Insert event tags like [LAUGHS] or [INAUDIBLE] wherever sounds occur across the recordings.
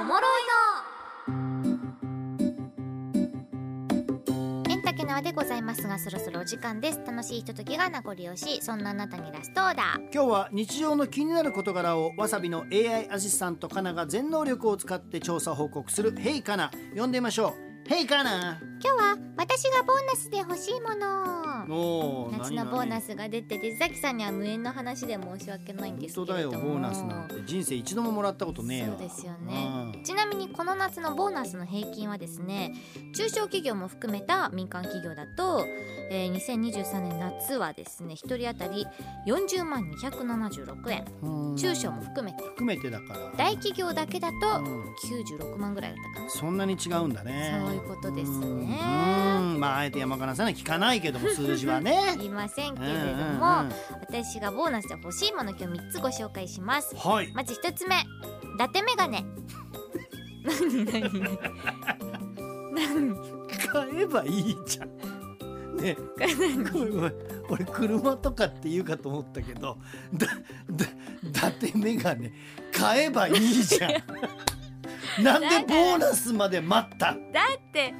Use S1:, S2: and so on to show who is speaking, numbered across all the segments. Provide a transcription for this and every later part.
S1: おもろいのエンタケ縄でございますがそろそろお時間です楽しいひとときが名残惜しいそんなあなたにラストオーダー
S2: 今日は日常の気になる事柄をわさびの AI アシスタントかなが全能力を使って調査報告する「ヘイかな」呼んでみましょう「ヘイかな
S1: 今日は私がボーナスで欲しいも」の
S2: おー
S1: 夏のボーナスが出てて崎さんには無縁の話で申し訳ないんですけ
S2: 本当だ
S1: れ
S2: よ
S1: ど
S2: ボ
S1: も
S2: ーナスなんて人生一度ももらったことねえわ
S1: そうですよねちなみにこの夏のボーナスの平均はですね中小企業も含めた民間企業だと、えー2023年夏はですね1人当たり40万276円
S2: うん
S1: 中小も含めて
S2: 含めてだから
S1: 大企業だけだと
S2: うん
S1: 96万ぐらいだったかな
S2: そんなに違うんだね
S1: そういうことですね
S2: うんまああえて山川さんには聞かないけども数字はね
S1: [LAUGHS] 言いませんけれども、
S2: うんうん
S1: 私がボーナスで欲しいもの今日3つご紹介します
S2: うんはい
S1: まず一つ目、伊達メガ
S2: [LAUGHS]
S1: ネ。何何何。何
S2: 買えばいいじゃんねごめんごめん俺車とかって言うかと思ったけどだだだってメガネ買えばいいじゃ
S1: [LAUGHS]
S2: んなんでボーナスまで待った
S1: だって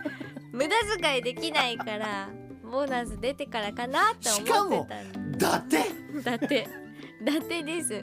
S1: 無駄遣いできないからボーナス出てからかなって思ってたん
S2: だって
S1: だってだってです。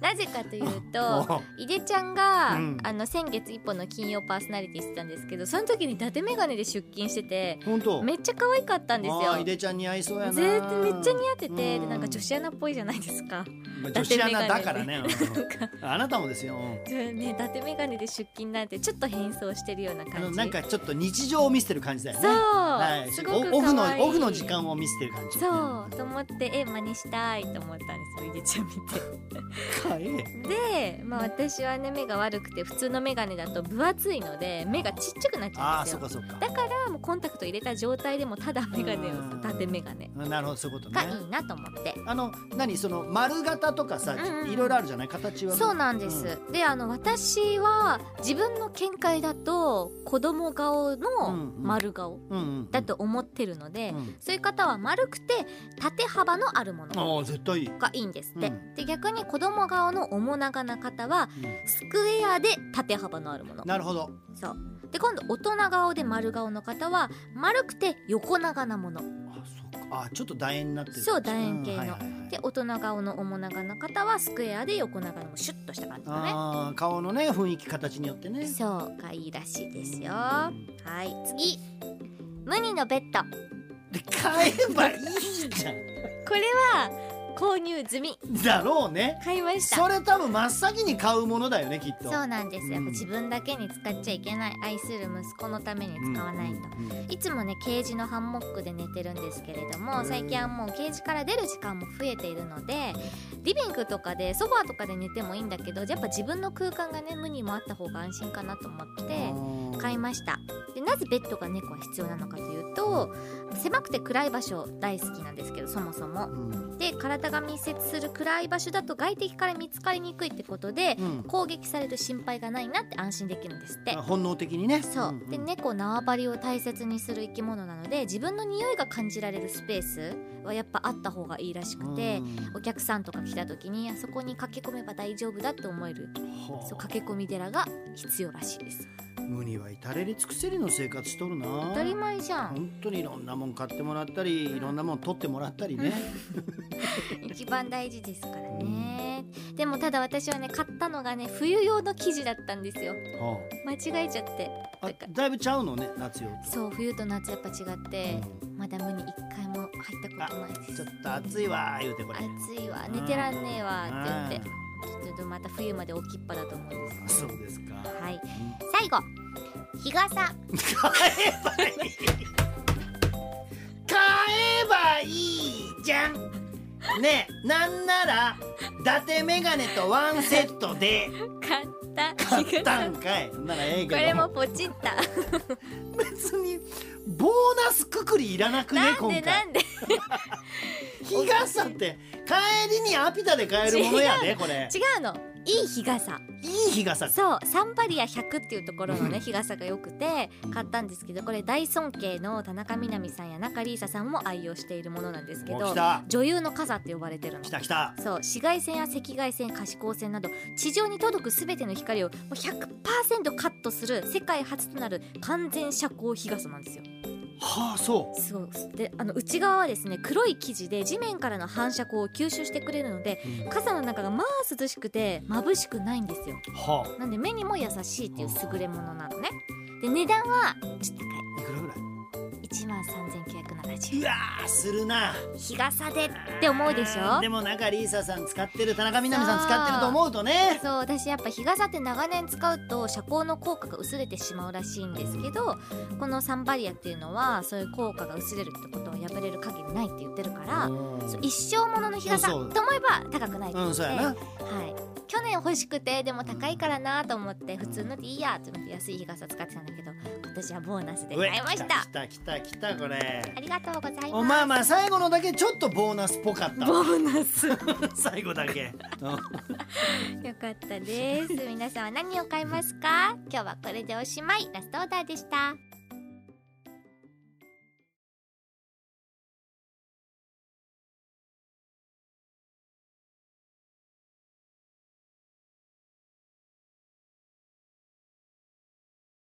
S1: なぜかという
S2: [LAUGHS]
S1: と。
S2: も
S1: 井出ちゃんが、
S2: うん
S1: あの先月一本の金曜パーソナリティしてたんですけどその時に伊達眼鏡で出勤してて
S2: う本当
S1: めっちゃ可愛かったんです
S2: あー
S1: よ
S2: 井。出ちゃん似合いそうやな
S1: 絶対めっちゃ似合ってて、
S2: うん
S1: でなんか女子アナっぽいじゃないですか。
S2: まあ女子アナだからね
S1: 伊達眼鏡でなんか
S2: うんあなたもですようん
S1: ね、伊達眼鏡で出勤なんてちょっと変装してるような
S2: あ
S1: 感
S2: の
S1: じ
S2: なんかちょっと日常を見せてる感じだよ
S1: そ
S2: ね
S1: う、
S2: はい、
S1: すごく可愛い
S2: オフのオフの時間を見せてる感じ
S1: そうと思ってえ真似したいと思ったんですよいでちゃん見
S2: かえ
S1: てで、まあ、私はね目が悪くて普通の眼鏡だと分厚いので目がちっちゃくなっちゃうん
S2: ああ
S1: で
S2: ー
S1: す
S2: そう
S1: よ
S2: かそうか
S1: だからもうコンタクト入れた状態でもただ眼鏡
S2: う
S1: を
S2: ん
S1: 縦眼鏡
S2: なるほどそういうことね
S1: がいいなと思って
S2: あの何その丸型とか
S1: う
S2: さ、
S1: んうん
S2: いろいろあるじゃない形は
S1: そうなんです、であの私は自分の見解だと子供顔の丸顔
S2: うんうんうん
S1: だと思ってるので、
S2: うん
S1: そういう方は丸くて縦幅のあるもの
S2: ああ絶対いい、うん
S1: がいいんですって、
S2: うん
S1: で逆に子供顔の面長な方はスクエアで縦幅のあるもの
S2: なるほど
S1: そうで今度大人顔で丸顔の方は丸くて横長なもの
S2: あそっかあちょっと楕円になってる
S1: そう楕円形の
S2: いいはい
S1: で大人顔の面長な方はスクエアで横長のシュッとした感じのね
S2: あー顔のね雰囲気形によってね
S1: そうがいいらしいですよ
S2: うん
S1: はい次無二のベッド
S2: で買えばいいじゃん
S1: これは購入済み
S2: だろうね
S1: 買いました
S2: それ多分真っ先に買うものだよねきっと
S1: そうなんです、やっ
S2: うん
S1: ぱ自分だけに使っちゃいけない愛する息子のために使わないと、
S2: うんうん
S1: いつもねケージのハンモックで寝てるんですけれども最近はもうケージから出る時間も増えているのでリビングとかでソファーとかで寝てもいいんだけどやっぱ自分の空間がね無にもあった方が安心かなと思って
S2: うん
S1: 買いましたでなぜベッドが猫は必要なのかというと狭くて暗い場所大好きなんですけどそもそも
S2: うん
S1: で体が密接する暗い場所だと外敵から見つかりにくいってことで
S2: うん
S1: 攻撃される心配がないなって安心できるんですって
S2: あ本能的にね
S1: そう、
S2: んん
S1: で猫縄張りを大切にする生き物なので自分の匂いが感じられるスペースはやっぱあった方がいいらしくて
S2: う、ん
S1: お客さんとか来た時にあそこに駆け込めば大丈夫だって思える
S2: はあ
S1: そう駆け込み寺が必要らしいです
S2: 無には至れり尽くせりの生活しとるな
S1: 当たり前じゃん
S2: 本当にいろんなもん買ってもらったりいろんなもん取ってもらったりね、
S1: 一番大事ですからねでもただ私はね買ったのがね冬用の生地だったんですよ
S2: は
S1: 間違えちゃって
S2: あ、あ
S1: だから
S2: だいぶちゃうのね夏用と、
S1: そう冬と夏やっぱ違って
S2: う
S1: まだ無に一回も入ったことないで
S2: ん
S1: す
S2: ちょっと暑いわー言うてこれ
S1: 暑いわ寝てらんねえわって言って
S2: う
S1: ちょっとまた冬まで置きっぱだと思うん
S2: ん
S1: です
S2: そうですか
S1: はい最後日傘
S2: 買えばいい買えばいいじゃんねえなんなら伊達メガネとワンセットで
S1: 買った
S2: 買ったんかいならええけ
S1: こ
S2: ど
S1: れもポチった
S2: 別にボーナスくくりいらなくね
S1: なん
S2: 今
S1: で
S2: 回
S1: なんで
S2: 日傘って帰りにアピタで買えるものやでこれ
S1: [LAUGHS] 違うのいい日傘
S2: いい日傘
S1: そうサンパリア100っていうところのね日傘が良くて買ったんですけどこれ大尊敬の田中みな実さんや中里依紗さんも愛用しているものなんですけ
S2: もう来
S1: ど
S2: た
S1: 女優の傘って呼ばれてるの
S2: 来た来た
S1: そう紫外線や赤外線可視光線など地上に届くすべての光をもう100%カットする世界初となる完全遮光日傘なんですよ
S2: はあそ
S1: すごいであの内側はですね黒い生地で地面からの反射光を吸収してくれるので
S2: う、うん
S1: 傘の中がまあ涼しくて眩しくないんですよ
S2: は
S1: なんで目にも優しいっていう優れものなのねで値段はちょっと
S2: あいくらぐらい
S1: 高い1万3970
S2: うわーするな
S1: 円日傘でって思うでし
S2: あー
S1: ょ
S2: でも中リーサさん使ってる田中みな実さん使ってると思うとね
S1: そう私やっぱ日傘って長年使うと遮光の効果が薄れてしまうらしいんですけどこのサンバリアっていうのはそういう効果が薄れるってことは破れる限りないって言ってるから、
S2: うん
S1: そう一生ものの日傘と
S2: そう
S1: 思
S2: そう
S1: えば高くないって言って
S2: うんそうやな
S1: はい、去年欲しくてでも高いからなと思って普通のでいいやと思って安い日傘使ってたんだけど今年はボーナスで買いました
S2: 来た来た来たこれ
S1: ありがとうございます
S2: おまあまあ最後のだけちょっとボーナスっぽかった
S1: ボ
S2: わ
S1: ーナス [LAUGHS] よ
S2: 最後だ
S1: [LAUGHS]
S2: け、うん
S1: かったです皆さんは何を買いますか今日はこれでおしまいラストオーダーでした